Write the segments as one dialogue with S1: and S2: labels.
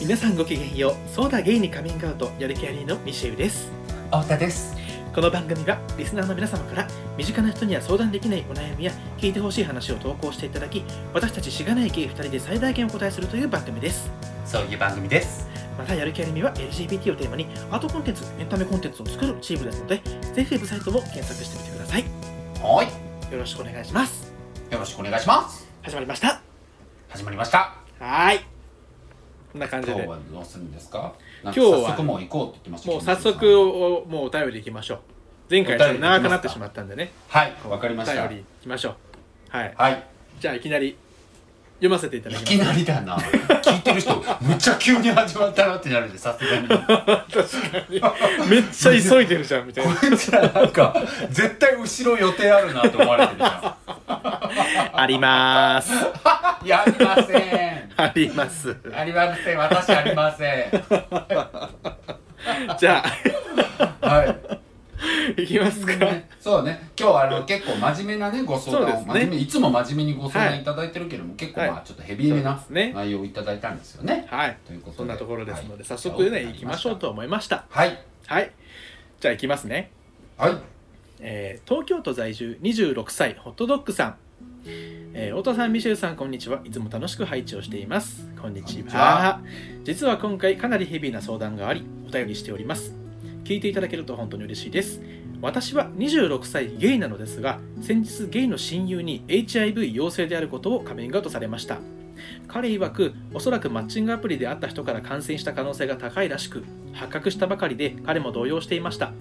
S1: 皆さんごきげんようそうだゲイにカミングアウトやる気ありのミシェウです
S2: 太田です
S1: この番組はリスナーの皆様から身近な人には相談できないお悩みや聞いてほしい話を投稿していただき私たちしがないゲイ2人で最大限お答えするという番組です
S2: そういう番組です
S1: またやる気ありみは LGBT をテーマにアートコンテンツエンタメコンテンツを作るチームですのでぜひウェブサイトも検索してみてください
S2: はい
S1: よろしくお願いします
S2: よろしくお願いします
S1: 始まりました
S2: 始まりました
S1: はーいこんな感じ
S2: 今日
S1: で
S2: はどうするんですか
S1: 今日
S2: 今
S1: は
S2: 早速もう行こうって言ってました
S1: もう
S2: けど
S1: 早速おもうお便りいきましょう前回ちょっと長くなってしまったんでね
S2: はいわかりました
S1: お便りいきましょうはい
S2: はい
S1: じゃあいきなり読ませていた
S2: い
S1: だきます
S2: きなりだな聞いてる人むっちゃ急に始まったなってなるんでさすがにこ
S1: めっちゃ急いでるじゃんみたい ない
S2: つら なんか絶対後ろ予定あるなと思われてるじゃ
S1: ありまーす
S2: んいやありません
S1: あります
S2: ありません私ありません
S1: じゃ
S2: はい
S1: あいきますか、
S2: ねそうね今日はあの結構真面目なねご相
S1: そうで
S2: 談を、
S1: すね
S2: 真面目いつも真面目にご相
S1: は
S2: 談
S1: い
S2: いただいてるけども、結構
S1: はい
S2: まあちょっとヘビーめな
S1: そうですね
S2: 内容をいただいたんですよね。
S1: はい
S2: ということで
S1: そんなところですので、早速ね行きましょうと。思いました
S2: はい
S1: はいじゃあ行きますね
S2: はい
S1: えー東京都在住26歳ホットドッグさん、えー、太田さんミシェルさんこんにちはいつも楽しく配置をしていますこんにちは
S2: こんにちは
S1: 実は今回かなりヘビーな相談がありお便りしております聞いていただけると本当に嬉しいです私は26歳ゲイなのですが先日ゲイの親友に HIV 陽性であることをカミングアウトされました彼曰くおそらくマッチングアプリで会った人から感染した可能性が高いらしく発覚したばかりで彼も動揺していました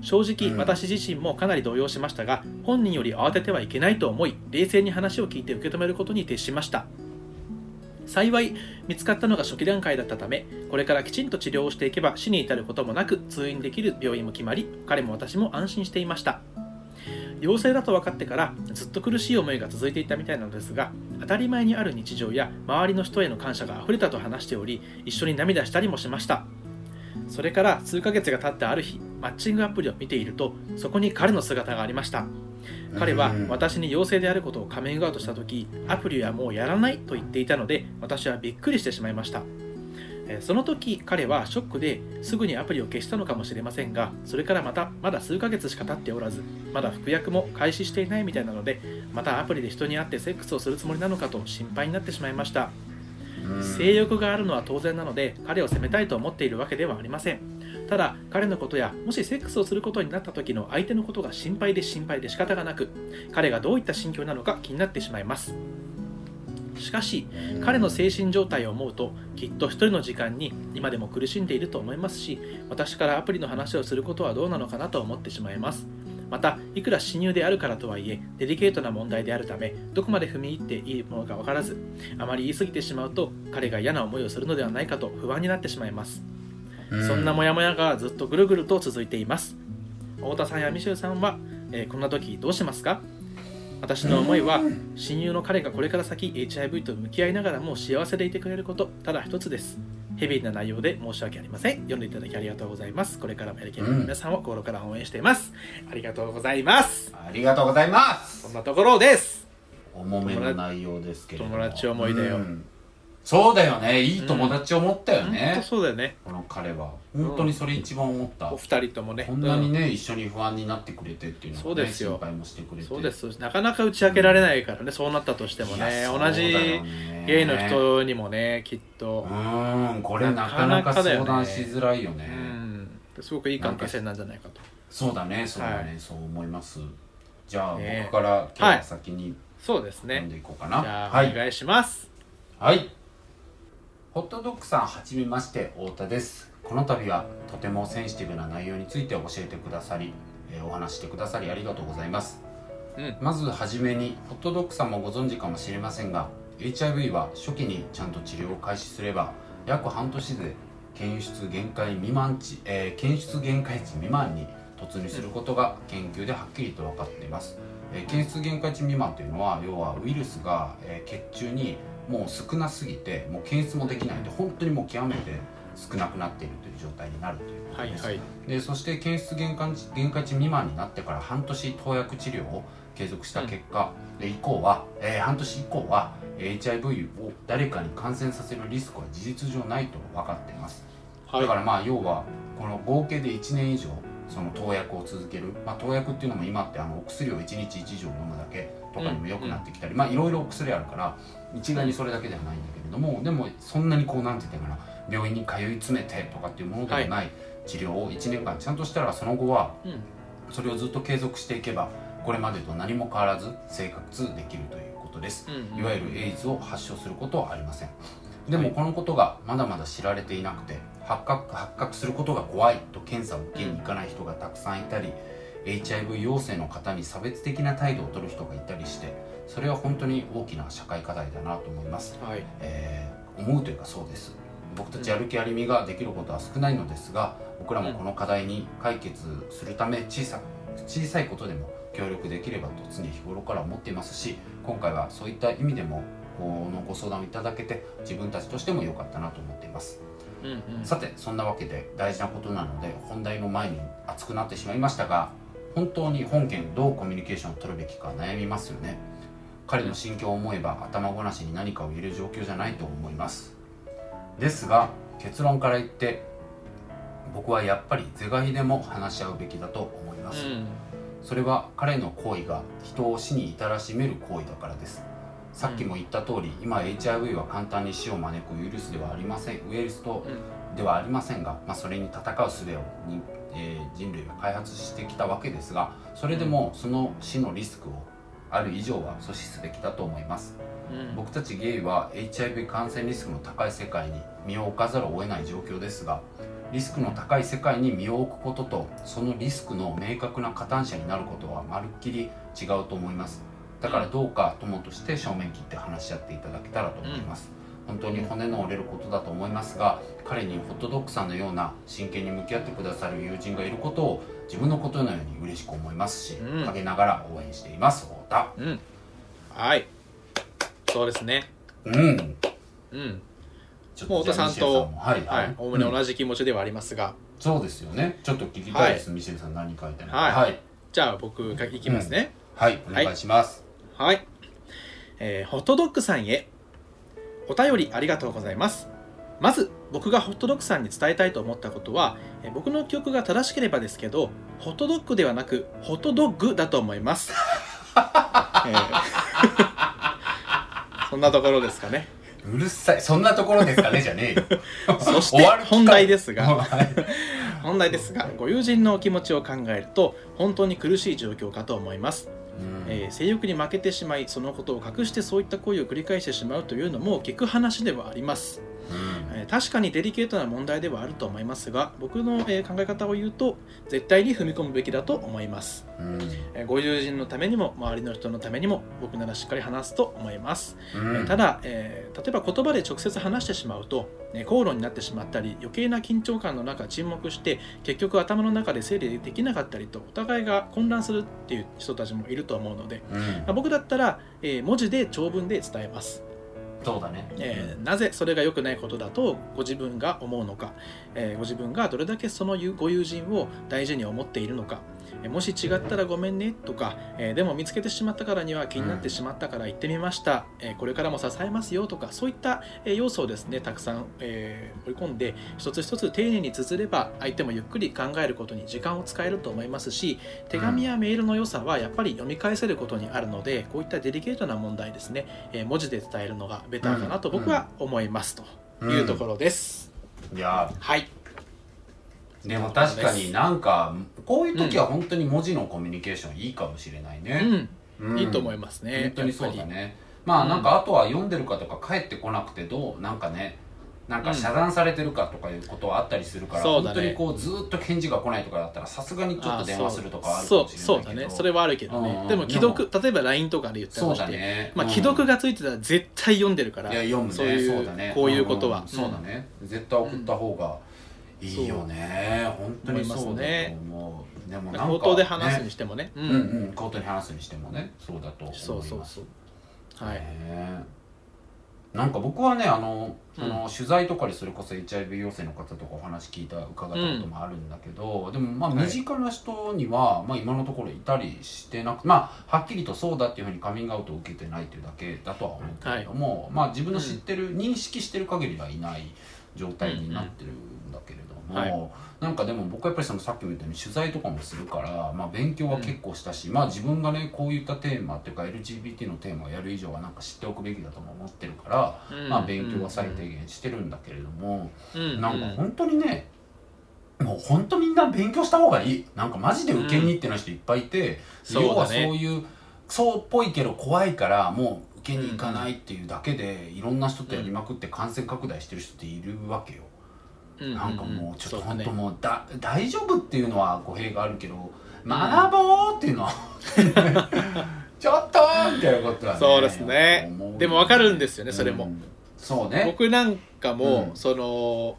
S1: 正直、
S2: うん
S1: 私自身もかなり動揺しましたが本人より慌ててはいけないと思い冷静に話を聞いて受け止めることに徹しました幸い見つかったのが初期段階だったためこれからきちんと治療をしていけば死に至ることもなく通院できる病院も決まり彼も私も安心していました陽性だと分かってからずっと苦しい思いが続いていたみたいなのですが当たり前にある日常や周りの人への感謝が溢れたと話しており一緒に涙したりもしましたそれから数ヶ月が経ったある日マッチングアプリを見ているとそこに彼の姿がありました彼は
S2: うん
S1: 私に陽性であることをカミングアウトした時アプリはもうやらないと言っていたので私はびっくりしてしまいましたえーその時彼はショックですぐにアプリを消したのかもしれませんがそれからまたまだ数ヶ月しか経っておらずまだ服薬も開始していないみたいなのでまたアプリで人に会ってセックスをするつもりなのかと心配になってしまいました
S2: うん
S1: 性欲があるのは当然なので彼を責めたいと思っているわけではありませんただ彼のことやもしセックスをすることになった時の相手のことが心配で心配で仕方がなく彼がどういった心境なのか気になってしまいますしかし彼の精神状態を思うときっと一人の時間に今でも苦しんでいると思いますし私からアプリの話をすることはどうなのかなと思ってしまいますまたいくら親友であるからとはいえデリケートな問題であるためどこまで踏み入っていいものか分からずあまり言い過ぎてしまうと彼が嫌な思いをするのではないかと不安になってしまいます
S2: う
S1: そんなモヤモヤがずっとぐるぐると続いています。太田さんやミシェルさんは、えーこんな時どうしますか私の思いは親友の彼がこれから先 HIV と向き合いながらも幸せでいてくれることただ一つですヘビーな内容で申し訳ありません読んでいただきありがとうございますこれからもやる気の皆さんを心から応援していますありがとうございます
S2: ありがとうございます
S1: そんなところです
S2: 重めの内容ですけれども
S1: 友達思いだよ
S2: んそうだよねいい友達を持ったよ
S1: 本当
S2: ね、
S1: そうだよね
S2: この彼は本当にそれ一番思った、
S1: お二人ともね
S2: こんなにね、一緒に不安になってくれてっていうのも、ね、
S1: そうですよ
S2: 心配もしてく
S1: う
S2: れ
S1: ん
S2: て
S1: そうですなかなか打ち明けられないからね、そうなったとしても
S2: い
S1: ね
S2: やそうだ
S1: 同
S2: よ
S1: じ
S2: ね
S1: ゲイの人にもねきっと
S2: う、ーんこれなかなか相談しづらいよね
S1: うん、すごくいい関係性なんじゃないかと
S2: そうだねそうだね、
S1: は
S2: そう思いますじゃあ、
S1: ね
S2: 僕から今日は先に
S1: そうです
S2: 読ん
S1: ね
S2: でいこうか
S1: じ
S2: な、
S1: ゃあ、
S2: は
S1: お
S2: い
S1: 願いします
S2: はいホットドッグさんはじめまして太田ですこの度はとてもセンシティブな内容について教えてくださり、えーお話してくださりありがとうございます
S1: うん
S2: まずはじめにホットドッグさんもご存知かもしれませんが HIV は初期にちゃんと治療を開始すれば約半年で検出限界未満値、えー検出限界値未満に突入することが研究ではっきりと分かっています、えー検出限界値未満というのは要はウイルスが、えー血中にもう少なすぎてもう検出もできないんで本当にもう極めて少なくなっているという状態になるということ
S1: はい
S2: です、
S1: はい
S2: でそして検出限界値限界値未満になってから半年投薬治療を継続した結果、で以降は、えー半年以降はえー HIV を誰かに感染させるリスクは事実上ないと分かっています
S1: はい
S2: だからまあ要はこの合計で1年以上その投薬を続ける、まあ、投薬っていうのも今ってあのお薬を1日1錠飲むだけとかにも良くなってきたり、まあいろいろお薬あるから一概にそれだけではないんだけれどもでもそんなにこうなんて言ったらいいかな病院に通い詰めてとかっていうものではない治療を1年間ちゃんとしたらその後は
S1: うん
S2: それをずっと継続していけばこれまでと何も変わらず生活できるということです。
S1: うん
S2: いわゆるエイズを発症することはありませんで
S1: は
S2: も
S1: い
S2: このことがまだまだ知られていなくて発覚発覚することが怖いと検査を受けに行かない人がたくさんいたり HIV 陽性の方に差別的な態度を取る人がいたりしてそれは本当に大きな社会課題だなと思います、
S1: はい
S2: えー思うというかそうです僕たちやる気ありみができることは少ないのですが僕らもこの課題に解決するため小さ小さいことでも協力できればと常日頃から思っていますし今回はそういった意味でもこのご相談をいただけて自分たちとしても良かったなと思っています
S1: うんうん
S2: さてそんなわけで大事なことなので本題の前に熱くなってしまいましたが本当に本件どうコミュニケーションを取るべきか悩みますよね彼の心境を思えば頭ごなしに何かを言える状況じゃないと思いますですが結論から言って僕はやっぱり是が非でも話し合うべきだと思います、
S1: うん
S2: それは彼の行為が人を死に至らしめる行為だからですさっきも言った通り、今 HIV は簡単に死を招くウイルスではありませんウイルスとではありませんが、まあ、それに戦う術をに、えー人類は開発してきたわけですがそれでもその死のリスクをある以上は阻止すべきだと思います
S1: うん
S2: 僕たちゲイは HIV 感染リスクの高い世界に身を置かざるを得ない状況ですがリスクの高い世界に身を置くこととそのリスクの明確な加担者になることはまるっきり違うと思いますだからどうか友として正面切って話し合っていただけたらと思います、本当に骨の折れることだと思いますが彼にホットドッグさんのような真剣に向き合ってくださる友人がいることを自分のことのように嬉しく思いますし、
S1: うん
S2: 陰ながら応援しています太田
S1: うんはいそうですね
S2: うん
S1: うん
S2: ち
S1: もう太田さんと
S2: じゃあミシェルもはい
S1: はいおおむね
S2: うん
S1: 同じ気持ちではありますが
S2: そうですよねちょっと聞きたいです、ミシェルさん何書いてるのか
S1: はい
S2: はい、
S1: じゃあ僕がいきますね
S2: はい、お願いします、
S1: はい、えーホットドッグさんへお便りありがとうございますまず僕がホットドッグさんに伝えたいと思ったことは、えー僕の記憶が正しければですけどホットドッグではなくホットドッグだと思います、えー そんなところですかね
S2: うるさいそんなところですかねじゃねえよ
S1: そし
S2: 終
S1: て
S2: わる気か
S1: 本題ですが
S2: はい
S1: 本題ですがご友人のお気持ちを考えると本当に苦しい状況かと思います
S2: う ん
S1: えー性欲に負けてしまいそのことを隠してそういった行為を繰り返してしまうというのも聞く話ではあります、
S2: うん
S1: えー確かにデリケートな問題ではあると思いますが僕の、えー考え方を言うと絶対に踏み込むべきだと思います、
S2: うん
S1: えーご友人のためにも周りの人のためにも僕ならしっかり話すと思います、え
S2: う
S1: ー
S2: ん
S1: ただ、えー例えば言葉で直接話してしまうと、ね、口論になってしまったり余計な緊張感の中沈黙して結局頭の中で整理できなかったりとお互いが混乱するっていう人たちもいると思うので
S2: うん
S1: まあ僕だったら、えー文字で長文で伝えます、
S2: そうだね、
S1: えーなぜそれが良くないことだとご自分が思うのか、えーご自分がどれだけその友ご友人を大事に思っているのか、えーもし違ったらごめんねとか、えーでも見つけてしまったからには気になってしまったから行ってみました、えーこれからも支えますよとかそういったえー要素をですねたくさん、えー、織り込んで一つ一つ丁寧に綴れば相手もゆっくり考えることに時間を使えると思いますし手紙やメールの良さはやっぱり読み返せることにあるのでこういったデリケートな問題ですね、えー文字で伝えるのがベターかなと僕は思いますというところです、
S2: いや
S1: はい
S2: ーでも確かになんかこういう時は本当に文字のコミュニケーションいいかもしれないうね、
S1: ん、いいと思い
S2: ま
S1: ます
S2: す
S1: ね
S2: 本当にそうだ
S1: やっぱ
S2: ねま
S1: う
S2: あ
S1: ん
S2: なんかあとは読んでるかとか返ってこなくてどうなんかねなんか遮断されてるかとかいうことはあったりするから、
S1: そう
S2: 本
S1: だね
S2: 当にこうずーっと返事が来ないとかだったらさすがに
S1: り
S2: ちょっと電話するとかはあ
S1: あー
S2: るか
S1: そ
S2: も
S1: う
S2: しれないけど
S1: そうだねそれはあるけど
S2: うんう
S1: ね
S2: ん
S1: でも既読例えば LINE とかで言った
S2: そ
S1: と
S2: うだ
S1: して、
S2: ね
S1: まあ
S2: うん
S1: 既読がついてたら絶対読んでるから
S2: いや読むね
S1: そういう
S2: そうだね
S1: こういうことは
S2: んんそうだね絶対送った方がいいよね、本当にそうだと思う
S1: 思いますね
S2: でもなんか、ね、
S1: 口頭で話すにしてもねう
S2: うんんうん口頭に話すにしてもねそうだと思います
S1: そうそうそうはい、
S2: ねなんか僕はねあの、
S1: うん
S2: あの取材とかでそれこそ HIV 陽性の方とかお話聞いた伺ったこともあるんだけど、でもまあ
S1: はい
S2: 身近な人には、まあ、今のところいたりしてなくまあはっきりとそうだっていうふうにカミングアウトを受けてないというだけだとは思うけれども、まあ自分の知ってる、認識してる限りはいない状態になってるんだけれども、
S1: うんうん
S2: なんかでも僕はやっぱりそのさっきも言ったように取材とかもするから、まあ、勉強は結構したし、まあ自分がねこういったテーマっていうか LGBT のテーマをやる以上はなんか知っておくべきだとも思ってるから、
S1: うん
S2: まあ勉強は最低限してるんだけれども、
S1: うん
S2: なんか本当にねもう本当みんな勉強した方がいいなんかマジで受けに行ってない人いっぱいいて、
S1: そうだね
S2: 要はそういうそうっぽいけど怖いからもう受けに行かないっていうだけで、いろんな人とやりまくって感染拡大してる人っているわけよ。
S1: うん
S2: なんかもうちょっと本当
S1: そうだね
S2: もうだ大丈夫っていうのは語弊があるけど学ぼうっていうのは ちょっとみたいなことはね
S1: そうですね
S2: 思うよ
S1: でもわかるんですよねそれも
S2: うんそうね
S1: 僕なんかも、
S2: うん
S1: その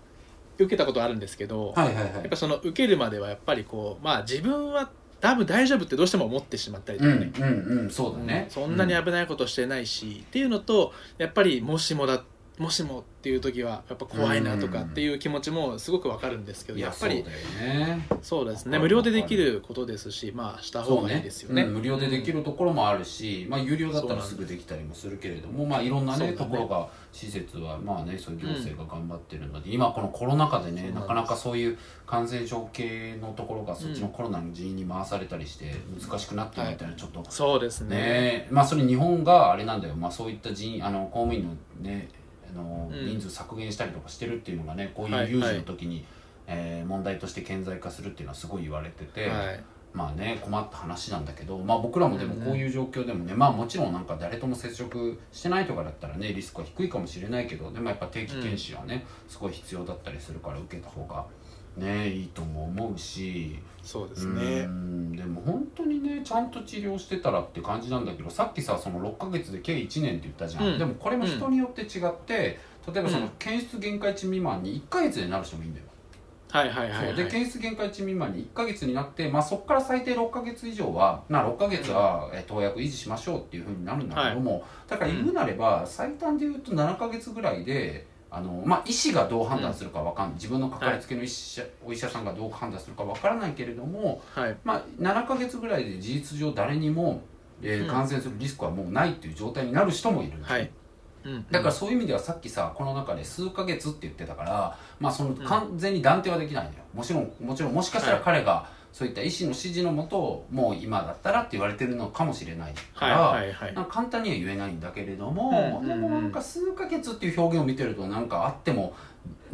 S1: 受けたことあるんですけど、
S2: はいはいは
S1: やっ
S2: い
S1: ぱその受けるまではやっぱりこうまあ自分は多分大丈夫ってどうしても思ってしまったりと
S2: う
S1: か
S2: ん
S1: ね、
S2: うんうんそうだね
S1: うんそんなに危ないことしてないし、っていうのとやっぱりもしもだもしもっていう時はやっぱ怖いなとかっていう気持ちもすごくわかるんですけど、
S2: い
S1: や
S2: や
S1: っぱり
S2: そうだよね
S1: そうです
S2: わか
S1: ね
S2: る
S1: 無料でできることですしまあした方
S2: そう
S1: がい
S2: ね
S1: いですよね
S2: うん無料でできるところもあるし、まあ、有料だった
S1: そう
S2: ら
S1: なんです
S2: すぐできたりもするけれども、まあ、いろんな、ね
S1: そうだ
S2: と
S1: ね
S2: ころが施設は、まあね、そういう行政が頑張ってるので、今このコロナ禍で
S1: そうな
S2: ね
S1: んで
S2: な
S1: す
S2: かなかそういう感染症系のところがそっちのコロナの人員に回されたりして難しくなってるみたいな、ちょっと
S1: そうですね
S2: ねまあそれ日本があれなんだよ、まあ、そういった人あの公務員のねあの
S1: うん
S2: 人数削減したりとかしてるっていうのがねこうい
S1: はいう
S2: 有事の時に、えー問題として顕在化するっていうのはすごい言われてて、
S1: はい
S2: まあね困った話なんだけど、まあ、僕らもでもこういう状況でもね、まあもちろんなんか誰とも接触してないとかだったらねリスクは低いかもしれないけどでもやっぱ定期検診はね、すごい必要だったりするから受けた方がねいいとも思うし
S1: そうです
S2: う
S1: ね
S2: んでも本当にねちゃんと治療してたらって感じなんだけどさっきさその6ヶ月で計1年って言ったじゃん、
S1: うん
S2: でもこれも人によって違って、例えばそ
S1: う
S2: の
S1: ん
S2: 検出限界値未満に1ヶ月でなる人もいいんだよ、
S1: はいはいはい
S2: そう
S1: は
S2: で
S1: い
S2: 検出限界値未満に1ヶ月になって、まあ、そこから最低6ヶ月以上は、まあ、6ヶ月はえー投薬維持しましょうっていうふうになるんだけども、だから言うなれば最短で言うと7ヶ月ぐらいで。あのまあ、医師がどう判断するかわかんない、自分のかかりつけの医師、お医者さんがどう判断するかわからないけれども、
S1: はい
S2: まあ、7ヶ月ぐらいで事実上誰にも、えー
S1: うん
S2: 感染するリスクはもうないっていう状態になる人もいるんですね
S1: はいうん
S2: だからそういう意味ではさっきさこの中で数ヶ月って言ってたから、まあ、その完全に断定はできないんだよもちろんもちろんもしかしたら彼がそういった医師の指示のもともう今だったらって言われてるのかもしれないか
S1: はい
S2: ら、
S1: はいはい
S2: なんか簡単には言えないんだけれども、
S1: うん
S2: でもなんか数ヶ月っていう表現を見てるとなんかあっても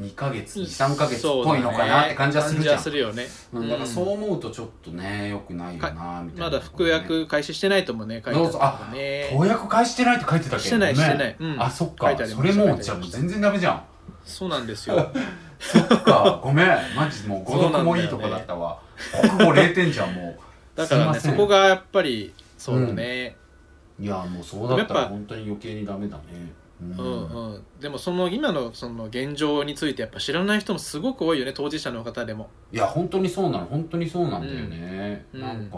S2: 2ヶ月23ヶ月っ
S1: そうだ
S2: ぽ
S1: ね
S2: いのかなって感じはするじゃん
S1: 感じはするよね
S2: うん、だからそう思うとちょっとね良くないよなみたいな、
S1: まだ服薬開始してないともね書いてあったからね
S2: 投薬返してないって書いてたけどね
S1: してないしてないうん
S2: あそっ
S1: 書
S2: か
S1: いてあり
S2: そ
S1: まし
S2: れ
S1: た
S2: もう
S1: 書い
S2: じ
S1: てありま
S2: ゃあもう
S1: した
S2: 全然ダメじゃん
S1: そうなんです よ
S2: そっ かごめんマジもう
S1: そうな
S2: 語読
S1: んだよ
S2: も
S1: ね
S2: いいとこだったわ、国語0点じゃんも
S1: だからね
S2: すいません
S1: そこがやっぱりそうだね、
S2: ういやもうそうだったら
S1: やっぱ
S2: 本当に余計にダメだねうん
S1: うんうん、でもその今のその現状についてやっぱ知らない人もすごく多いよね当事者の方でも
S2: いや本当にそうなの本当にそうなんだよね、
S1: うん
S2: なんか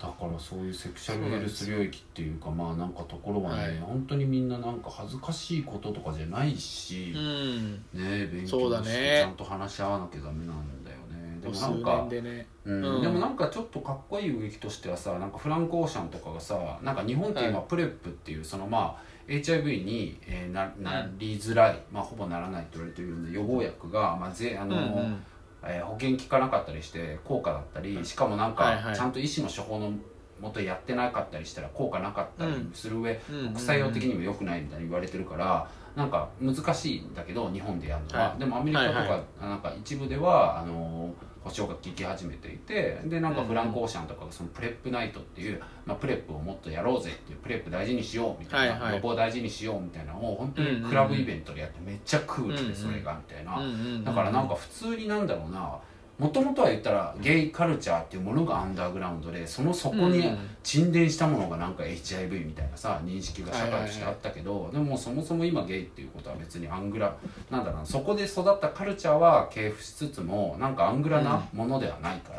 S2: だからそういうセクシャルヘルス領域っていうかまあなんかところはね、
S1: はい
S2: 本当にみんななんか恥ずかしいこととかじゃないし、
S1: うん
S2: ね勉
S1: そう
S2: 強
S1: だ
S2: して
S1: ね
S2: ちゃんと話し合わなきゃダメなんだよねで
S1: ここ
S2: もな
S1: 数
S2: んか
S1: 年でね
S2: うん
S1: うん
S2: でもなんかちょっとかっこいい植木としてはさなんかフランク・オーシャンとかがさなんか日本って今プレップっていうそのまあ HIV に、えーななりづらい、まあ、ほぼならないと言われてるような予防薬が、まあぜあ
S1: う
S2: の
S1: んうん
S2: えー保険効かなかったりして効果だったりしかもなん
S1: はいは
S2: か
S1: い
S2: ちゃんと医師の処方のもとやってなかったりしたら効果なかったりする上、
S1: うんうん
S2: 国際用的にも良くないみたいに言われてるからなんか難しいんだけど日本でやるのは、
S1: はい
S2: でもアメリカとか,、
S1: はいは
S2: なんか一部ではあの保証が効き始めていてでなんかフランク・オーシャンとかがそのプレップナイトっていう、まあ、プレップをもっとやろうぜっていうプレップ大事にしようみたいな、
S1: はいはい
S2: 予防大事にしようみたいなのを本当にクラブイベントでやってめっちゃクール
S1: うんう
S2: で
S1: ん
S2: それがみたいな、
S1: うんうん
S2: だからなん
S1: か
S2: か普通になんだろうなもともとは言ったらゲイカルチャーっていうものがアンダーグラウンドでその底に沈殿したものがなんか HIV みたいなさ認識が社会としてあったけど、でももうそもそも今ゲイっていうことは別にアングラなんだろうなそこで育ったカルチャーは系譜しつつもなんかアングラなものではないか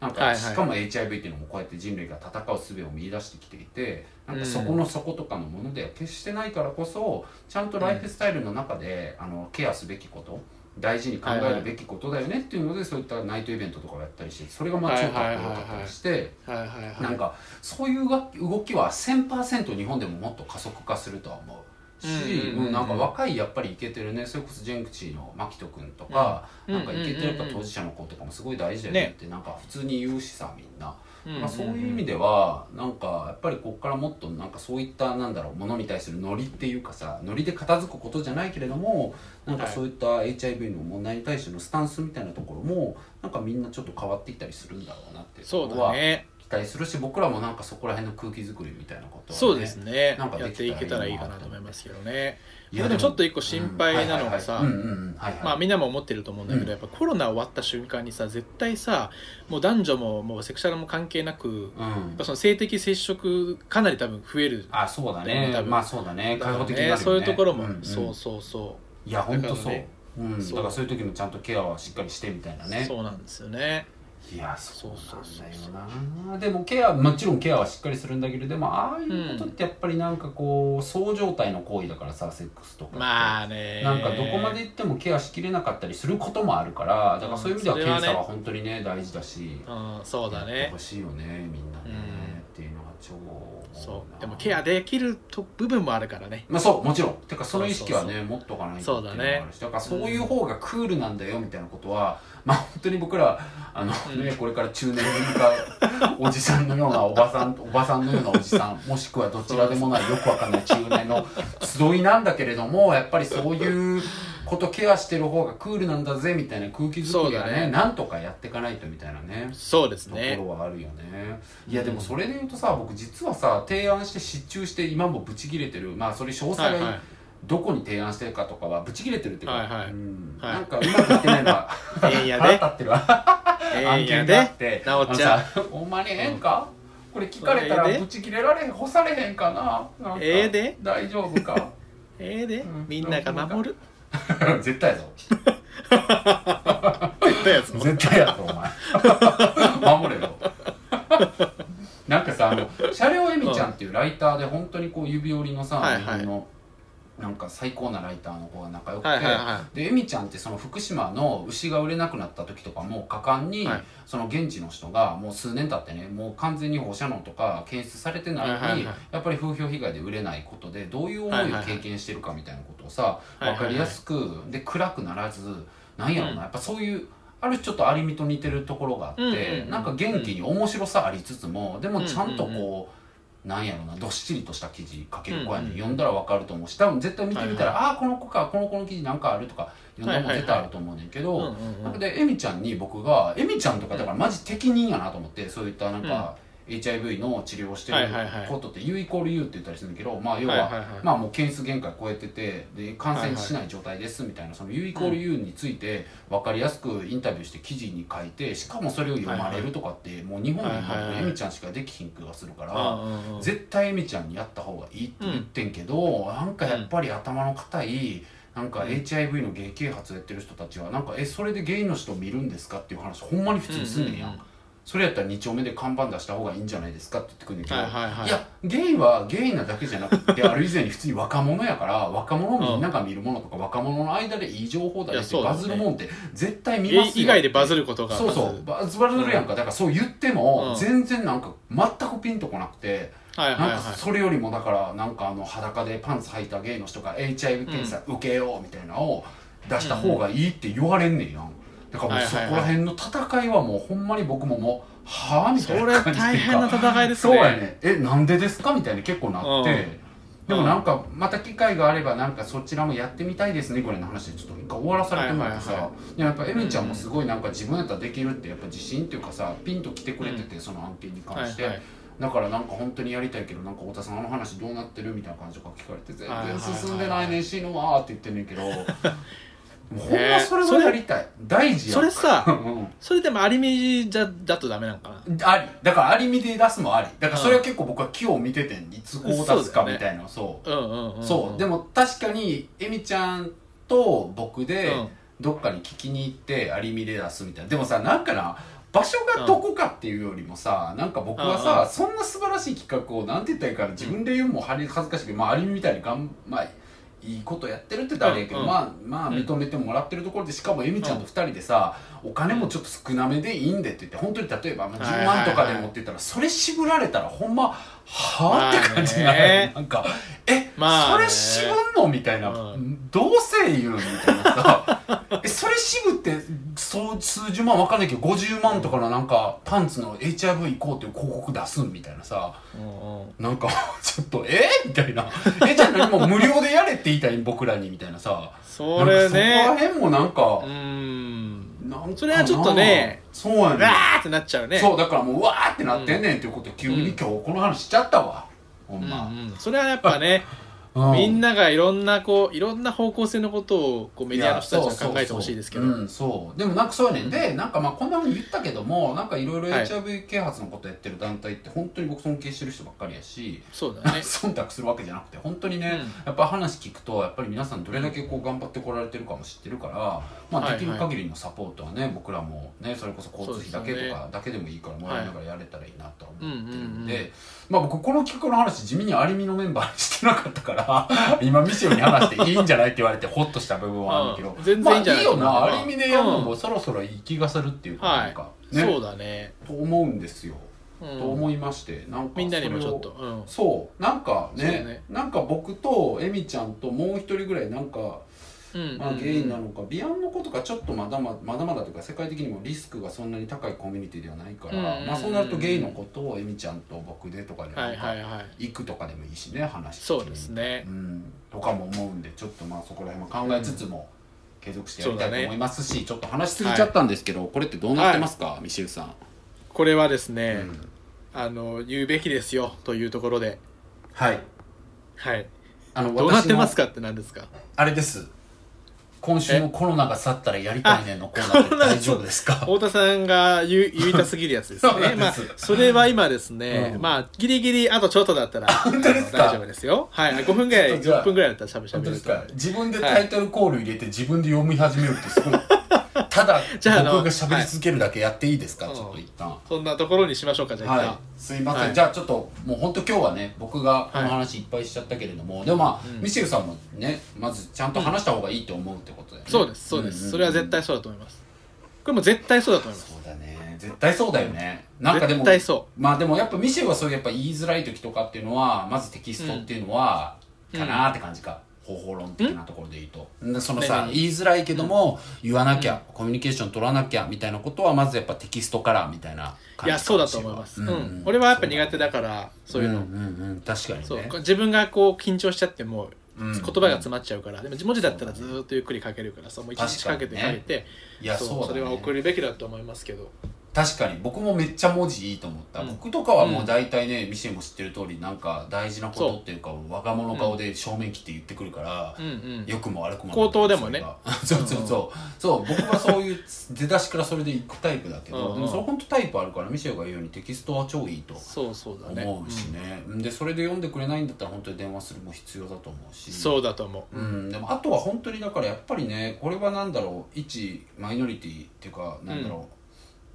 S2: ら、
S1: は
S2: なん
S1: い
S2: か
S1: はい
S2: しかも HIV っていうのもこうやって人類が戦う術を見出してきていてなんかそこの底とかのもので決してないからこそちゃんとライフスタイルの中であのケアすべきこと大事に考えるべきことだよねっていうのでそういったナイトイベントとかをやったりしてそれがまあ超かっこよかったりして
S1: はいはいはい
S2: なんかそういうが動きは1000%日本でももっと加速化するとは思うし、
S1: うんうんうんうん
S2: うんなんか若いやっぱりイケてるねそれこそジェンクチーの牧人君とか、
S1: うん
S2: なんかイケて
S1: うん
S2: るやっ
S1: うん
S2: ぱ
S1: うんうん
S2: 当事者の子とかもすごい大事だよねってなんか普通に言うしさみんな、
S1: うん
S2: まあ、そういう意味ではなんかやっぱりこっからもっとなんかそういったなんだろうものに対するノリっていうかさノリで片付くことじゃないけれどもなんか
S1: はい
S2: そういった HIV の問題に対してのスタンスみたいなところもなんかみんなちょっと変わってきたりするんだろうなっていう
S1: そ
S2: と
S1: う
S2: ころは
S1: だね
S2: 期待するし僕らもなんかそこら辺の空気作りみたいなことは
S1: そうですね
S2: なんか
S1: やっ
S2: できた
S1: てい
S2: ら
S1: けたらいいかなと思いますけどね
S2: い
S1: で
S2: や
S1: も
S2: でも
S1: ちょっと一個心配なのがさ
S2: うんはいはいはいうんうんうんはいはい
S1: まあみんなも思ってると思うんだけど、
S2: うん
S1: やっぱコロナ終わった瞬間にさ絶対さもう男女ももうセクシャルも関係なく
S2: うん
S1: やっぱその性的接触かなり多分増える
S2: あそうだ
S1: ね多
S2: ね
S1: 分
S2: まあそうだね開放的になるよね
S1: そういうところも、
S2: んん
S1: そうそうそ
S2: いや本
S1: だ
S2: 当
S1: か
S2: そう、
S1: らね
S2: うん、
S1: そう
S2: だからそういう時もちゃんとケアはしっかりしてみたいな
S1: う、
S2: ね
S1: そうなんですよね
S2: いや
S1: そ
S2: そうう
S1: そうそうそう
S2: なんだよなでもケアもちろんケアはしっかりするんだけどでもああいうことってやっぱりなんかこう総状態の行為だからさセックスとかって
S1: まあね
S2: なんかどこまで行ってもケアしきれなかったりすることもあるからだからそういう意味では
S1: うんそれは
S2: 検
S1: ね
S2: 査は本当にね大事だし
S1: うんそうだ
S2: やって
S1: ね
S2: ほしいよねみんなね、
S1: うん
S2: っていうのが超思な
S1: そうでもケアできると部分もあるからね
S2: まあそうもちろんてかその意識はね
S1: そう
S2: 持っとかないとっていうのがあるしだから
S1: そ
S2: そう
S1: だね
S2: ういう方がクールなんだよみたいなことは、まあ本当に僕らあの、
S1: うん
S2: ねこれから中年組か おじさんのようなおばさんおばさんのようなおじ さんもしくはどちらでもないよくわかんない中年の集いなんだけれどもやっぱりそういうことケアしてる方がクールなんだぜみたいな空気作りが
S1: そう
S2: ね
S1: だね
S2: なんとかやっていかないとみたいなね
S1: そうです
S2: とこ
S1: ね
S2: ろはあるよねいやでもそれで言うとさ僕実はさ提案して失注して今もブチ切れてるまあそれ詳細
S1: はい
S2: が
S1: は
S2: どこに提案してるかとかはブチ切れてるっていうか、
S1: はいはい
S2: うん
S1: はい
S2: なんかうまくいってないの が
S1: いえんや
S2: 腹
S1: で
S2: 立ってるわ
S1: ええ
S2: 案
S1: んや
S2: 件があ
S1: で
S2: って
S1: なおっちゃん
S2: あのさほんまにええんか、これ聞かれた
S1: ええ
S2: ら
S1: で
S2: ブチ切れられへん干されへんかななんか
S1: ええで
S2: 大丈夫か
S1: ええで
S2: うん
S1: みんなが守る
S2: 絶対やぞ
S1: 絶対やつも
S2: 絶対やぞお 前守れよなんかさあのシャレオエミちゃんっていうライターで本当にこう指折りのさ、
S1: はいはい
S2: 日本のなんか最高なライターの子が仲良くて、
S1: はいはいは
S2: でエミちゃんってその福島の牛が売れなくなった時とかも果敢に、
S1: はい
S2: その現地の人がもう数年経ってねもう完全に放射能とか検出されてないのに、
S1: はいはいはい
S2: やっぱり風評被害で売れないことでどういう思いを経験してるかみたいなことをさ、
S1: はいはいはい
S2: 分かりやすく、で暗くならずなんやろうな、やっぱそういう。ある種ちょっとアリミと似てるところがあって、
S1: うんうんうん
S2: なんか元気に面白さありつつもでもちゃんとこ
S1: う
S2: う、
S1: んうん
S2: なんやろなどっしりとした記事書ける子や
S1: うん
S2: ね
S1: うん
S2: ん読んだらわかると思うし多分絶対見てみたら、ああこの子かこの子の記事なんかあるとか読んだもん絶対あると思うねんけど、
S1: はいはいはいうんうんうん
S2: なんかでエミちゃんに僕がエミちゃんとかだからマジ適任やなと思ってそういったなんか、HIV の治療をしてる
S1: はいはいはい
S2: ことって U イコール U って言ったりするんだけど、まあ要は、
S1: はいはいはい
S2: まあもう検出限界超えててで感染しない状態ですみたいなその U イコール U について分かりやすくインタビューして記事に書いてしかもそれを読まれるとかってもう日本に
S1: はいはいはい
S2: エミちゃんしかできひん気がするから、
S1: うんうんうん
S2: 絶対エミちゃんにやった方がいいって言ってんけど、なんかやっぱり頭の固いなんか
S1: うん
S2: HIV のゲイ啓発をやってる人たちはなんかえそれでゲイの人見るんですかっていう話ほんまに普通にすんねんやん、
S1: うんうんう
S2: それやったら2丁目で看板出した方がいいんじゃないですかって言ってくるんだけど、
S1: はいはいはい
S2: やゲイはゲイなだけじゃなくてある以前に普通に若者やから若者みんなが見るものとか若者の間でいい情報だ
S1: いや
S2: ねって
S1: そうだね
S2: バズるもんって絶対見ま
S1: え
S2: すよ
S1: 以外でバズることが
S2: そうそ
S1: まず
S2: うバズバズるやんか、だからそう言って
S1: うん
S2: も、全然なんか全くピンとこなくて、
S1: はいはい
S2: なん
S1: は
S2: か
S1: い
S2: それよりもだからなんかあの裸でパンツ履いたゲイの人が HIV 検査受けようみたいなのを出した方がいいって言われんねんやんだからもう
S1: はい
S2: そ
S1: はい
S2: こ
S1: はい
S2: ら辺の戦いはもうほんまに僕ももうはあみ
S1: そ
S2: た
S1: れ
S2: いな感じ
S1: 大
S2: っていう
S1: 変な
S2: か
S1: 戦いです
S2: そう
S1: ね
S2: やねえなんでですかみたいに結構なって、
S1: うん
S2: でもなんかまた機会があればなんかそちらもやってみたいですねぐらいの話でちょっと一回終わらされてもらってさ、
S1: はいはい
S2: でやっぱエミちゃんもすごいなんか自分やったらできるってやっぱ自信っていうかさピンと来てくれてて、その案件に関して、
S1: はいはい
S2: だからなんか本当にやりたいけどなんか太田さんあの話どうなってるみたいな感じとか聞かれて全
S1: はいはいはい
S2: 然進んでないねんしのわーって言ってん ねんけどもうほんまそれはやりたい大事や
S1: それ
S2: う
S1: さ
S2: ん
S1: それでもアリメジじゃだとダメなのかな
S2: ありだからありみで出すもありだからそれは結構僕は木を見てていつこう出すかみたいなそう,、
S1: うんうんうんん
S2: そうでも確かにエミちゃんと僕で
S1: うん
S2: どっかに聞きに行ってアリミレ出すみたいなでもさなんかな場所がどこかっていうよりもさ、なんか僕は
S1: うんう
S2: さ、そんな素晴らしい企画をなんて言ったらいいかな自分で言うのもはり恥ずかしいけど、まあ、アリみたいにがん、まあ、いいことやってるって言ったらあれやけど、
S1: うんうん
S2: まあ、まあ認めてもらってるところでしかもエミちゃんと2人でさ、お金もちょっと少なめでいいんでって言って本当に例えばまあ10万とかで持ってったらそれ絞られたらほんまはあって感じになる、
S1: まあね
S2: なんかえ、
S1: まあね
S2: それ絞んのみたいな、
S1: う
S2: どうせ言うのみたいなさ えそれ渋ってそう数十万わかんないけど50万とかのなんかパンツの HIV 行こうっていう広告出すんみたいなさ
S1: うんうん
S2: なんか ちょっとえみたいなえじゃあ何もう無料でやれって言いたい僕らにみたいなさ
S1: それ
S2: なん
S1: ね
S2: かそこら辺もなんか
S1: う、ん
S2: なんかな
S1: それはちょっとね
S2: そうや
S1: う
S2: ね
S1: わーってなっちゃうね
S2: そうだからもううわーってなってんねんっていうことで急に今日この話しちゃったわ、ほんま、
S1: うんうん、それはやっぱね
S2: う
S1: みんながいろんなこういろんな方向性のことをこうメディアの人たちが考えてほしいですけど
S2: やそうそうそううんそうでもなんかそうやねんでなんかまあこんなふうに言ったけどもなんかいろいろ
S1: はい
S2: HIV 啓発のことやってる団体って本当に僕尊敬してる人ばっかりやし
S1: そうだね
S2: 忖度するわけじゃなくて本当にね、
S1: うん
S2: やっぱ話聞くとやっぱり皆さんどれだけこう頑張ってこられてるかも知ってるから、ま
S1: はい
S2: あ、
S1: は
S2: で
S1: い
S2: きる限りのサポートはね、僕らもねそれこそ交通費だ
S1: そう
S2: け
S1: です
S2: と
S1: よ
S2: かだけでもいいからもらいながらやれたらいいなとは思ってるんで、
S1: はいうんうん
S2: まあ僕この企画の話地味にアリミのメンバーにしてなかったから 今ミシオに話していいんじゃないって言われてホッとした部分はあるけど、
S1: うん全然いいんじゃない
S2: まあ、いい
S1: そ
S2: よな
S1: んなの
S2: アリミでやるのもそろそろいい気がするっていうか,、
S1: はい
S2: なんかね
S1: そうだね、
S2: と思うんですよ、
S1: う
S2: と
S1: ん、
S2: 思いましてなんか
S1: みんなにもち
S2: それを
S1: ょっと、うん、
S2: そうなんかね
S1: そうね
S2: なんか僕とエミちゃんともう一人ぐらいなんか、
S1: うんうん
S2: まあ、ゲイなのかビアンの子とかちょっとまだまだまだまだというか世界的にもリスクがそんなに高いコミュニティではないから、
S1: うんうんうん
S2: まあ、そうなるとゲイの子とエミちゃんと僕でとかでな
S1: は
S2: ん
S1: い
S2: か
S1: はいはい
S2: 行くとかでもいいしね話
S1: そうですね
S2: うん、とかも思うんでちょっとまあそこら辺も考えつつも継続してやりたいと思いますし、ちょっと話しすぎちゃったんですけど、これってどうなってますか、ミシルさん、
S1: これはですね、
S2: うん
S1: あの言うべきですよというところで
S2: はい
S1: はい
S2: あの
S1: どうなってます
S2: か
S1: かって何です か
S2: あれです。今週のコロナが去ったらやりたいねんのコーナーって大丈夫ですか
S1: 太田さんが言 う言いたすぎるやつです
S2: そう
S1: ね
S2: なん
S1: ま
S2: で
S1: あ
S2: す
S1: それは今ですね、
S2: うん
S1: まあギリギリあとちょっとだったら
S2: 本当ですか
S1: あの大丈夫ですよはい5分ぐら
S2: ち
S1: い
S2: ょっとじゃあ
S1: 10分ぐらいだったらしゃべしゃ
S2: 本
S1: べ
S2: 当で
S1: る
S2: す
S1: と思
S2: か
S1: う
S2: 自分でタイトルコール入れて自分で読み始めるってすごい。ただ、
S1: じゃああの
S2: 僕が喋り続けるだけやっていいですか、
S1: はい
S2: ちょっと一旦。
S1: そんなところにしましょうかじゃあ一旦、
S2: はい、すいません、
S1: はい
S2: じゃあちょっともう本当今日はね僕がこの話いっぱいしちゃったけれども、でもまあ、
S1: うん
S2: ミシェルさんもねまずちゃんと話した方がいいと思うってことだよね、
S1: そうですそうです、
S2: んんん
S1: それは絶対そうだと思いますこれも絶対そうだと思います
S2: そうだね絶対そうだよねなんかでも
S1: 絶対そ
S2: まあでもやっぱミシェルはそういうやっぱ言いづらい時とかっていうのはまずテキストっていうのは、
S1: うん
S2: かなーって感じか方法論的なところで言うと、でその
S1: ねえ
S2: さ
S1: ねえ
S2: 言いづらいけども、言わなきゃ、コミュニケーション取らなきゃみたいなことはまずやっぱテキストからみたいな感じか
S1: いやそうだと思います、うん
S2: ミシェル
S1: 俺はやっぱ苦手だからそういうの、
S2: うんうんうん確かにね
S1: そう自分がこう緊張しちゃっても
S2: うん
S1: 言葉が詰まっちゃうから、でも文字だったらずーっとゆっくり書けるからさもう一日かけて
S2: 確か
S1: 書
S2: に
S1: い
S2: ね
S1: て、
S2: いや
S1: そう
S2: そうだ、ね、
S1: それは送るべきだと思いますけど
S2: 確かに僕もめっちゃ文字いいと思った、
S1: うん
S2: 僕とかはもう大体ね、ミシェルも知ってる通りなんか大事なことっていうか我が物顔で正面切って言ってくるから、
S1: うんうん
S2: 良くも悪くも
S1: 口頭でもね
S2: それが そうそうそうそう僕はそういう出だしからそれでいくタイプだけど、
S1: うんうん
S2: でもそれ本当タイプあるからミシェルが言うようにテキストは超いいと
S1: そうそうだね
S2: 思うしねでそれで読んでくれないんだったら本当に電話するも必要だと思う
S1: う
S2: し
S1: んそうだと思う、
S2: うん、でもあとは本当にだからやっぱりねこれは何だろう一マイノリティっていうかなんだろう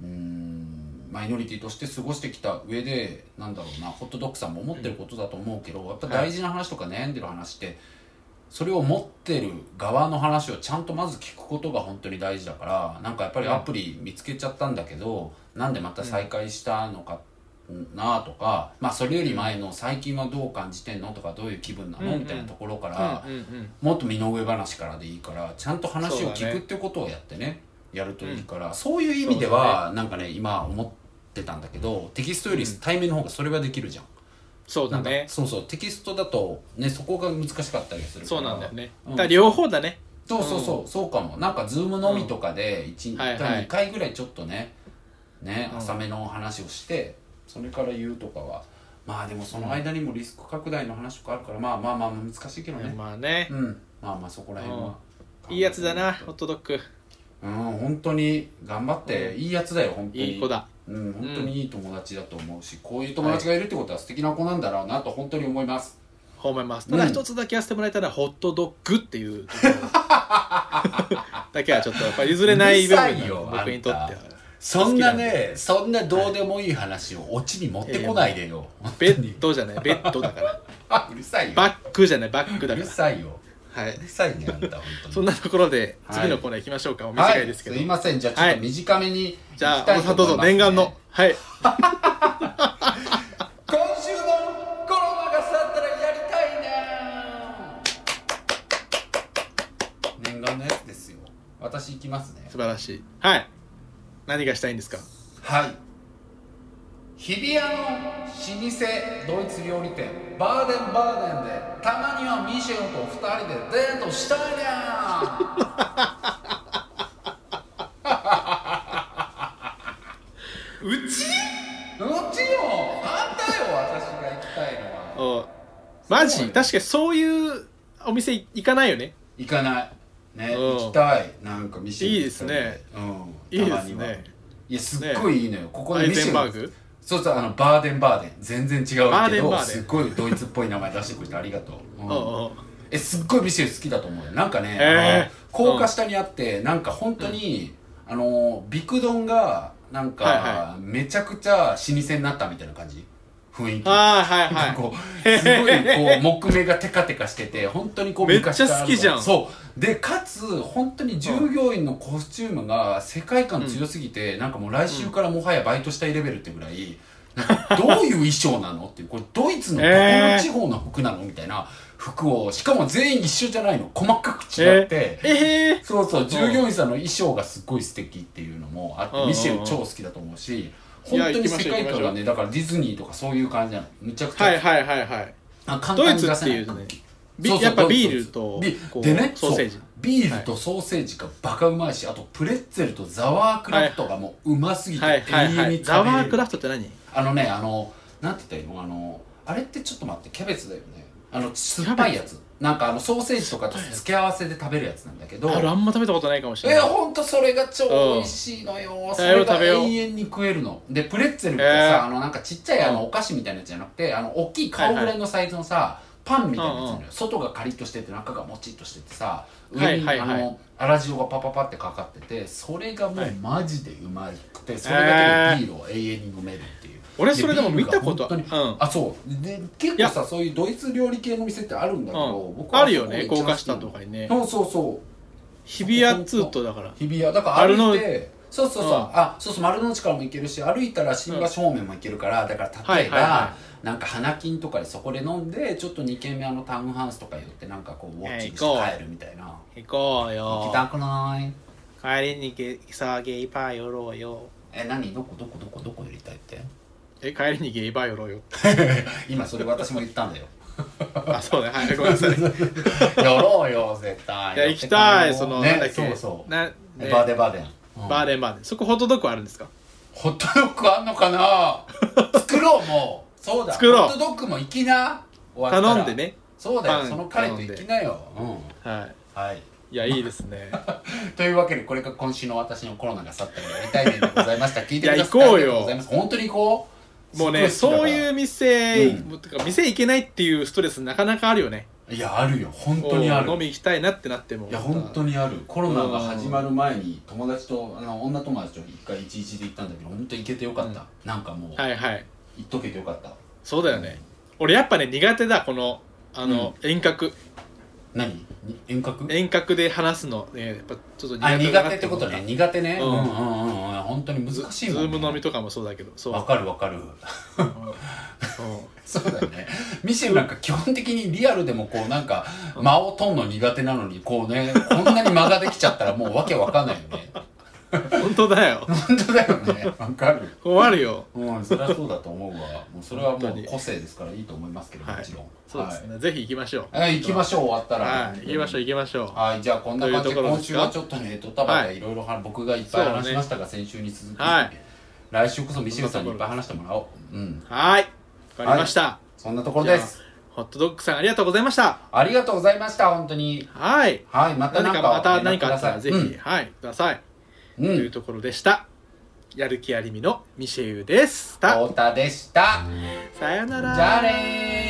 S2: うーんマイノリティとして過ごしてきた上でなんだろうなホットドッグさんも思ってることだと思うけど、やっぱ大事な話とか悩んでる話って、それを持ってる側の話をちゃんとまず聞くことが本当に大事だからなんかやっぱりアプリ見つけちゃったんだけど、なんでまた再開したのかなとか、まあそれより前の最近はどう感じてんのとかどういう気分なの、
S1: うんうん
S2: みたいなところから、
S1: うんうんうん
S2: もっと身の上話からでいいからちゃんと話を
S1: そう
S2: 聞
S1: だ
S2: く
S1: ね
S2: ってことをやってねやるといいから、そういう意味では、なんかね今思ってたんだけどテキストより対面の方がそれはできるじゃん、
S1: そうだ
S2: なんか
S1: ね
S2: そうそうテキストだとねそこが難しかったりするか
S1: そ
S2: ら
S1: うなんだよね、
S2: う
S1: だ
S2: ん
S1: から両方だね
S2: そうそうそう、そうかもなんかズームのみとかで1
S1: はいはい
S2: 回2回ぐらいちょっとねね
S1: うん
S2: 浅めの話をしてそれから言うとかはまあでもその間にもリスク拡大の話とかあるからまあまあまあ難しいけどね、
S1: まあね、
S2: うん、まあまあそこら辺は、
S1: いいやつだなホットドッグ
S2: うん本当に頑張って、いいやつだよ本当に
S1: いい子だ
S2: うん本当にいい友達だと思うし、こういう友達がいるってことは素敵な子なんだろうなと本当に思います、
S1: 褒めますただ
S2: うん
S1: 一つだけやらせてもらえたら、ホットドッグって いうところだけはちょっとやっぱ譲れない部分
S2: うるさい
S1: が
S2: よ
S1: 僕にとっては
S2: あんそんなねそんなどうでもいい話をオチに持ってこないでよ、
S1: ベッドじ ゃないベッドだから
S2: あうるさい よ
S1: バックじゃないバック
S2: う
S1: だか
S2: るさいよ
S1: らはいう
S2: るさいねあんた本当に
S1: そんなところで
S2: はい
S1: 次のコーナー行きましょうか、お
S2: は
S1: 短いですけど、
S2: すいませんじゃあちょっと短めに、
S1: じゃあ
S2: 行きた
S1: 大
S2: い
S1: 野さん
S2: と
S1: どう
S2: 思い
S1: ぞ
S2: ますね
S1: 念願のはい
S2: 今週のコロナが去ったらやりたいな念願のやつですよ私行きますね
S1: 素晴らしいはい何がしたいんですか
S2: はい日比谷の老舗ドイツ料理店バーデンバーデンでたまにはミシェルと二人でデートしたいなうちうちよあんたよ私が行きたいの
S1: お
S2: は
S1: マ
S2: すご
S1: ジ
S2: い
S1: 確かにそういうお店行かないよね
S2: 行かないね
S1: うん
S2: 行きたいなんかミシェル
S1: いいですね
S2: うん
S1: いいで
S2: た
S1: す
S2: まには
S1: ね
S2: いやすっごいいいのよここ
S1: ア
S2: で
S1: イ
S2: ミシ
S1: ゼン
S2: ェ
S1: バ
S2: ル
S1: ーグ
S2: そうそうあのバーデンバーデン全然違
S1: バー
S2: うけ
S1: デン
S2: ど
S1: バーデン
S2: すごいドイツっぽい名前出してくれてありがとう、う
S1: お
S2: ん
S1: うおう
S2: えすっごいミシェル好きだと思うよなんかね、
S1: へー
S2: あの高架下にあって、なんか本当に、あのビクドンがなんか、
S1: はいは
S2: めちゃくちゃ老舗になったみたいな感じ雰囲気
S1: ああはい
S2: なんか
S1: は
S2: こうすごいこう木目がテカテカしてて本当にこう
S1: めっちゃ
S2: 昔からある
S1: 好きじゃん
S2: そうでかつ本当に従業員のコスチュームが世界観強すぎて、なんかもう来週からもはやバイトしたいレベルってぐらい、なんかどういう衣装なのっていうこれドイツのどこの地方の服なのみたいな服をしかも全員一緒じゃないの細かく違って、
S1: いええ
S2: そうそう従業員さんの衣装がすっごい素敵っていうのもあっ
S1: うん
S2: てミシェル超好きだと思うし
S1: い
S2: 本
S1: や
S2: 当に
S1: 行
S2: 世
S1: き
S2: 界
S1: ましょう行きましょう
S2: 観がねだからディズニーとかそういう感じなのむちゃくちゃ
S1: はいはいはいはい
S2: あ簡
S1: ド
S2: 単
S1: イ
S2: に
S1: ツ
S2: 出
S1: って
S2: せない
S1: いうとねビ
S2: そうそう
S1: やっぱ
S2: ドイ
S1: ビ
S2: ツ
S1: ールと
S2: ビ
S1: こう
S2: でね
S1: ソーセージ
S2: そうビールとソーセージがバカうまいし、あとプレッツェルとザワークラフトがもううますぎて
S1: はいはいは
S2: 永遠
S1: い
S2: に
S1: ザ
S2: 食べ
S1: ワ
S2: れ
S1: ー
S2: る
S1: クラフトって何
S2: あのねあのなんて言ったらいいのあのあれってちょっと待ってキャベツだよねあの酸っぱいやつなんかあのソーセージとかと付け合わせで食べるやつなんだけど
S1: あれあんま食べたことないかもしれ
S2: え
S1: ない
S2: ほんとそれが超美味しいのよ、それが永遠に食えるのでプレッツェルってさ、
S1: えー
S2: あのなんかちっちゃいあのお菓子みたいなやつじゃなくてあの大きい顔ぐらいのサイズのさ、パンみたいなやつなのよ、
S1: うん
S2: 外がカリッとしてて中がもちっとしててさ
S1: はい
S2: 上に、
S1: はいはい
S2: あの粗塩がパパパってかかっててそれがも
S1: は
S2: う
S1: い
S2: マジでうまくて、それだけでビールを永遠に飲めるっていう
S1: 俺それでも見たこと
S2: でビールが本当
S1: う
S2: に
S1: ん
S2: あそうで結構さそういうドイツ料理系の店ってあるんだけど、
S1: うん
S2: 僕は
S1: あるよね
S2: そこ
S1: 高
S2: が一番
S1: 架
S2: 好きな
S1: 下
S2: の
S1: とかにね
S2: そうそうそう
S1: 日比谷ツートだから
S2: 日比谷だから
S1: 丸の
S2: 歩いてそうそうそう、
S1: うん
S2: あそうそう丸の内からも行けるし歩いたら新橋方面も行けるから、だから例えば、
S1: はいはいは
S2: なんか花金とかでそこで飲んでちょっと2軒目あのタウンハウスとか寄ってなんかこうウォッ
S1: え
S2: チング
S1: ー行こ
S2: し
S1: う
S2: て帰るみたいな
S1: 行こう
S2: 行き
S1: よ
S2: たくない
S1: 帰りにゲさゲイバー寄ろうよ
S2: え何どこどこどこどこ寄りたいって
S1: え帰りにゲイバー寄ろうよ
S2: 今それ私も言ったん だよ
S1: あそうねはいごめんな さいい
S2: 寄ろうよ絶対
S1: や行きたいその、なんだ
S2: ね
S1: っけ
S2: そうそう
S1: なね
S2: バーデンバーデン、うん
S1: バーデンバーデンそこホットドッグあるんですか
S2: ホットドッグあんのかな作ろうもうそうだ
S1: 作ろう
S2: ホットドッグも行きな終わったら
S1: 頼んでね
S2: そうだ
S1: パ
S2: よ
S1: ン
S2: その彼と行きなよ、うん
S1: はい
S2: はい、
S1: いやいいですね
S2: というわけでこれが今週の私のコロナが去ったらやりたいねでございました聞いてくださって
S1: いや行こうよ
S2: ありがとございます本当に行こう
S1: もうね
S2: すっご
S1: そう
S2: い好きだから
S1: いう店、
S2: うん
S1: もうてか店行けないっていうストレスなかなかあるよね
S2: いやあるよ本当にあ
S1: お飲
S2: る
S1: み行きたいなってなっても
S2: いや本当にあるコロナが始まる前に友達とあの女友達と一回一日で行ったんだけど本当に行けてよかった、なんかもう、
S1: またはいはい
S2: 行っとけてよかった
S1: そうだよね、俺やっぱね苦手だこのあの、遠隔
S2: 何に遠隔
S1: 遠隔で話すのねやっぱちょっと苦手
S2: あ
S1: だな
S2: 苦手ってこと
S1: 思
S2: ね
S1: う
S2: 苦手ね
S1: う
S2: うんんうんうんうん本当に難しいもん、ね、
S1: ズーム飲みとかもそうだけどそう
S2: わかるわかる
S1: う
S2: そうだよねミシェルなんか基本的にリアルでもこうなんか間を取んの苦手なのにこうねこんなに間ができちゃったらもうわけわかんないよね
S1: ん本当だよ
S2: 本当だよねわかる
S1: 困るよ
S2: うんそりゃそうだと思うわもうそれはも
S1: 本当
S2: う
S1: に
S2: 個性ですからいいと思いますけどもちろん、はい、
S1: そうですね、ぜひ行きましょう
S2: はい行きましょう終わったら
S1: はい行きましょう行きましょう
S2: はい、じゃあこんな感
S1: と
S2: じで
S1: いうところ
S2: 今
S1: です
S2: 週
S1: か
S2: はちょっとね、ドタバタいろいろは僕がいっぱい話しましたが、先週に続き、
S1: はい
S2: 来週こそミシェルさんにいっぱい話してもらおう。うん、
S1: はいわかりました、
S2: そんなところです。
S1: ホットドッグさんありがとうございました
S2: ありがとうございました、本当に。
S1: はい
S2: はい、また
S1: 何
S2: 何
S1: か
S2: か
S1: また
S2: 連
S1: 何
S2: 絡く
S1: かあった
S2: ださい
S1: らぜひ、はいください、
S2: うん、う、
S1: というんところでしたやる気ありみのミシェウでした
S2: 太田でした。
S1: さよなら
S2: じゃあねー。